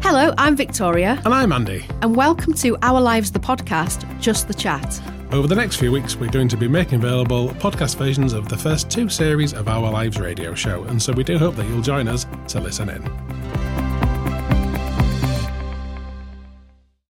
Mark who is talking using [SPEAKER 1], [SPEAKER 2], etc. [SPEAKER 1] Hello, I'm Victoria,
[SPEAKER 2] And I'm Andy.
[SPEAKER 1] and welcome to Our Lives the Podcast, Just the Chat.
[SPEAKER 2] Over the next few weeks, we're going to be making available podcast versions of the first two series of Our Lives radio show, and so we do hope that you'll join us to listen in.